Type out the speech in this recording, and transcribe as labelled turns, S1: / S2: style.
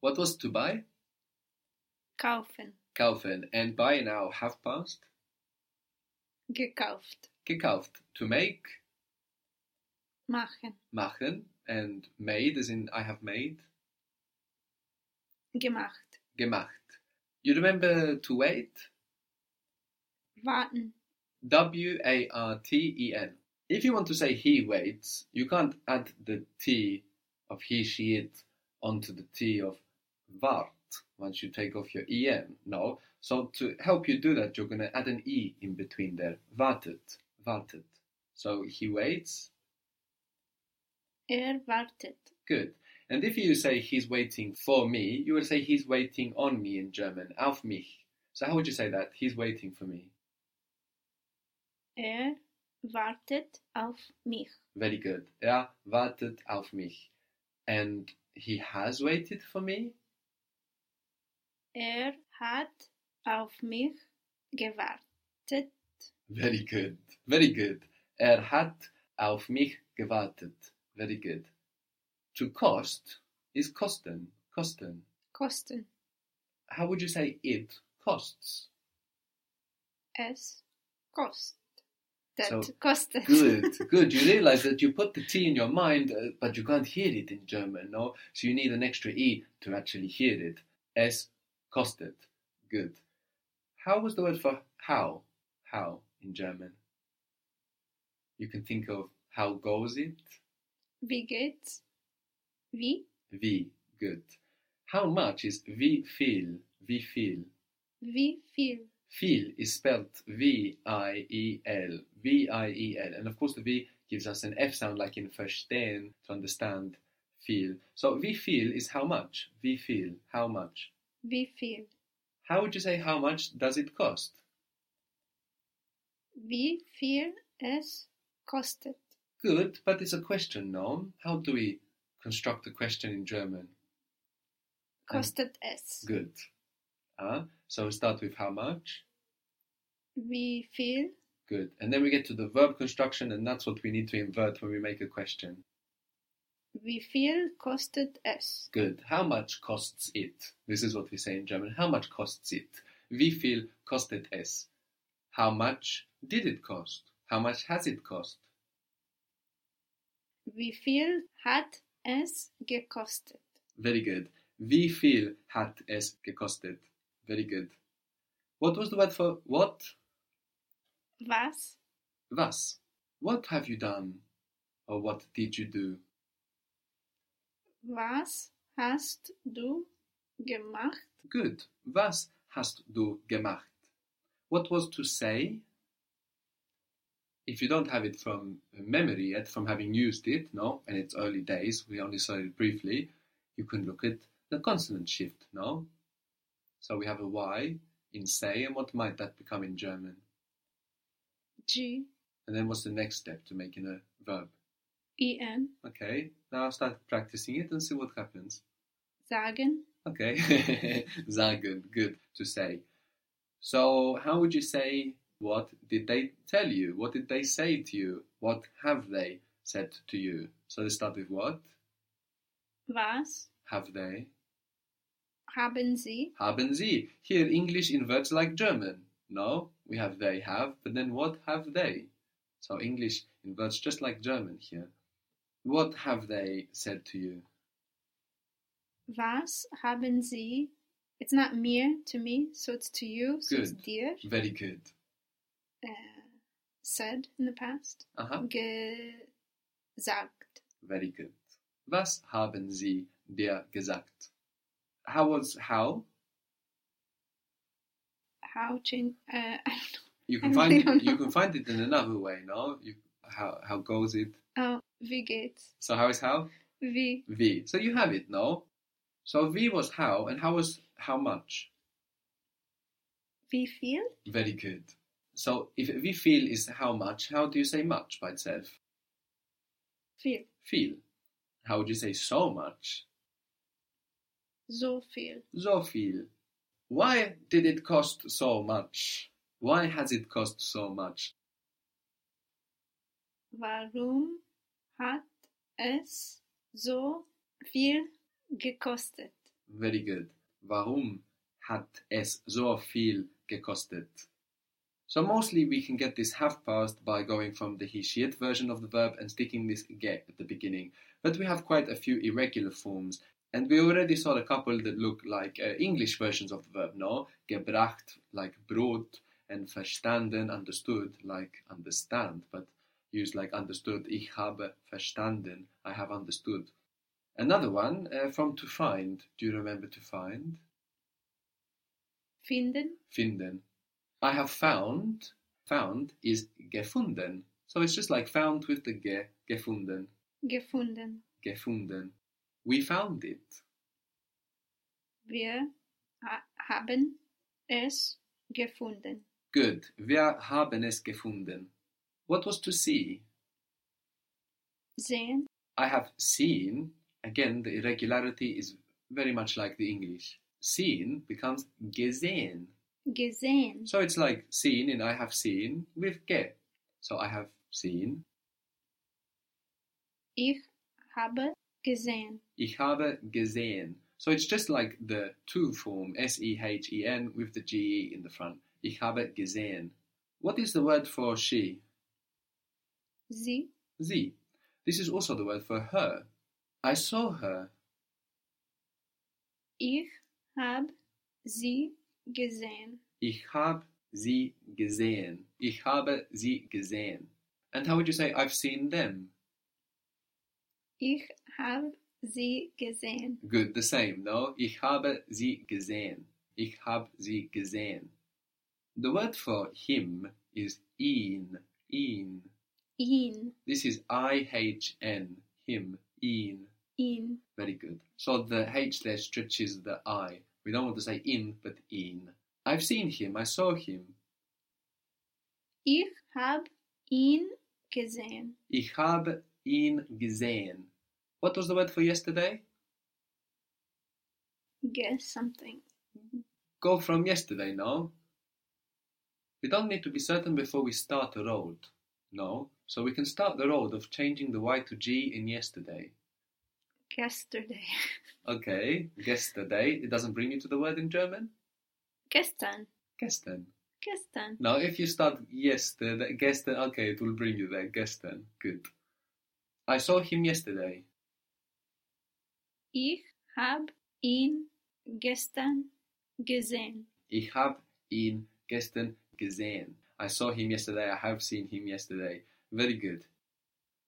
S1: What was to buy?
S2: Kaufen.
S1: Kaufen. And buy now half past?
S2: Gekauft.
S1: Gekauft. To make?
S2: Machen.
S1: Machen. And made as in I have made?
S2: Gemacht.
S1: Gemacht. You remember to wait?
S2: Warten.
S1: W A R T E N. If you want to say he waits, you can't add the T of he, she, it onto the T of vart once you take off your EN. No. So to help you do that, you're going to add an E in between there. Wartet. Wartet. So he waits.
S2: Er wartet.
S1: Good. And if you say he's waiting for me, you will say he's waiting on me in German. Auf mich. So how would you say that? He's waiting for me.
S2: Er wartet auf mich.
S1: Very good. Er wartet auf mich. And he has waited for me.
S2: Er hat auf mich gewartet.
S1: Very good. Very good. Er hat auf mich gewartet. Very good. To cost is kosten. Kosten.
S2: Kosten.
S1: How would you say it costs?
S2: Es kostet.
S1: So,
S2: kostet.
S1: Good, good. You realize that you put the T in your mind, uh, but you can't hear it in German, no? So you need an extra E to actually hear it. Es kostet. Good. How was the word for how? How in German? You can think of how goes it?
S2: Wie geht's? Wie?
S1: Wie. Good. How much is wie viel? Wie viel?
S2: Wie viel?
S1: Viel is spelled V-I-E-L, V-I-E-L, E and of course the V gives us an F sound like in verstehen, to understand, feel. So V feel is how much, V feel, how much.
S2: Wie viel?
S1: How would you say how much does it cost?
S2: Wie viel es kostet?
S1: Good, but it's a question, no? How do we construct a question in German?
S2: Kostet es?
S1: Good. Ah, so we start with how much.
S2: Wie viel?
S1: Good. And then we get to the verb construction, and that's what we need to invert when we make a question.
S2: Wie viel kostet es?
S1: Good. How much costs it? This is what we say in German. How much costs it? Wie viel kostet es? How much did it cost? How much has it cost?
S2: Wie viel hat es gekostet?
S1: Very good. Wie viel hat es gekostet? Very good. What was the word for what?
S2: Was
S1: Was. What have you done? Or what did you do?
S2: Was hast du gemacht?
S1: Good. Was hast du gemacht? What was to say? If you don't have it from memory yet, from having used it, no, and it's early days, we only saw it briefly, you can look at the consonant shift, no? So we have a Y in say, and what might that become in German?
S2: G
S1: And then what's the next step to making a verb?
S2: I N
S1: Okay, now start practicing it and see what happens.
S2: sagen
S1: Okay. Sagen, good to say. So, how would you say, what did they tell you? What did they say to you? What have they said to you? So, let's start with what?
S2: was
S1: Have they?
S2: haben sie
S1: Haben sie? Here, English inverts like German. No, we have they have, but then what have they? So, English inverts just like German here. What have they said to you?
S2: was haben sie it's not mir to me so it's to you so it's
S1: Good.
S2: dir
S1: Very good.
S2: uh, said in the past
S1: Uh huh.
S2: gesagt
S1: Very good. Was haben Sie dir gesagt? How was how?
S2: how change uh, I don't
S1: You
S2: I
S1: can
S2: really
S1: find
S2: don't
S1: you
S2: know.
S1: can find it in another way, no? You, how how goes it?
S2: know oh wie geht's
S1: So how is how?
S2: wie
S1: V. So you have it, no? So V was how and how was how much?
S2: wie viel
S1: Very good. So if V feel is how much, how do you say much by itself?
S2: viel
S1: Feel. How would you say so much?
S2: so viel
S1: So viel. Why did it cost so much? Why has it cost so much?
S2: warum hat es so viel gekostet
S1: Very good. Warum hat es so viel gekostet? So mostly we can get this have past by going from the he she it version of the verb and sticking this gap at the beginning. But we have quite a few irregular forms, and we already saw a couple that look like uh, English versions of the verb, no? Gebracht, like brot, and verstanden, understood, like understand, but used like understood. Ich habe verstanden, I have understood. Another one uh, from to find. Do you remember to find?
S2: Finden.
S1: Finden. I have found. Found is gefunden. So it's just like found with the ge, gefunden,
S2: Gefunden.
S1: gefunden. We found it.
S2: Wir ha haben es gefunden.
S1: Good. Wir haben es gefunden. What was to see?
S2: Sehen.
S1: I have seen. Again, the irregularity is very much like the English. Seen becomes gesehen.
S2: Gesehen.
S1: So it's like seen in I have seen with ge. So I have seen.
S2: Ich habe gesehen.
S1: Ich habe gesehen. So it's just like the to form, S E H E N, with the G E in the front. Ich habe gesehen. What is the word for she?
S2: Sie.
S1: Sie. This is also the word for her. I saw her.
S2: Ich habe sie gesehen.
S1: Ich habe sie gesehen. Ich habe sie gesehen. And how would you say I've seen them?
S2: Ich habe sie gesehen.
S1: Good, the same, no? Ich habe sie gesehen. Ich habe sie gesehen. The word for him is ihn. Ihn.
S2: Ihn.
S1: This is I H N. Him. In.
S2: Ihn.
S1: Very good. So the H there stretches the I. We don't want to say in, but in. I've seen him. I saw him.
S2: Ich habe ihn gesehen.
S1: Ich habe ihn gesehen. What was the word for yesterday?
S2: Guess something.
S1: Go from yesterday, no? We don't need to be certain before we start the road. No? So we can start the road of changing the Y to G in yesterday.
S2: Yesterday.
S1: Okay, yesterday. It doesn't bring you to the word in German?
S2: Gestern.
S1: Gestern.
S2: Gestern.
S1: Now, if you start yesterday, gestern, okay, it will bring you there. Gestern, good. I saw him yesterday.
S2: Ich habe ihn gestern gesehen.
S1: Ich habe ihn gestern gesehen. I saw him yesterday. I have seen him yesterday. Very good.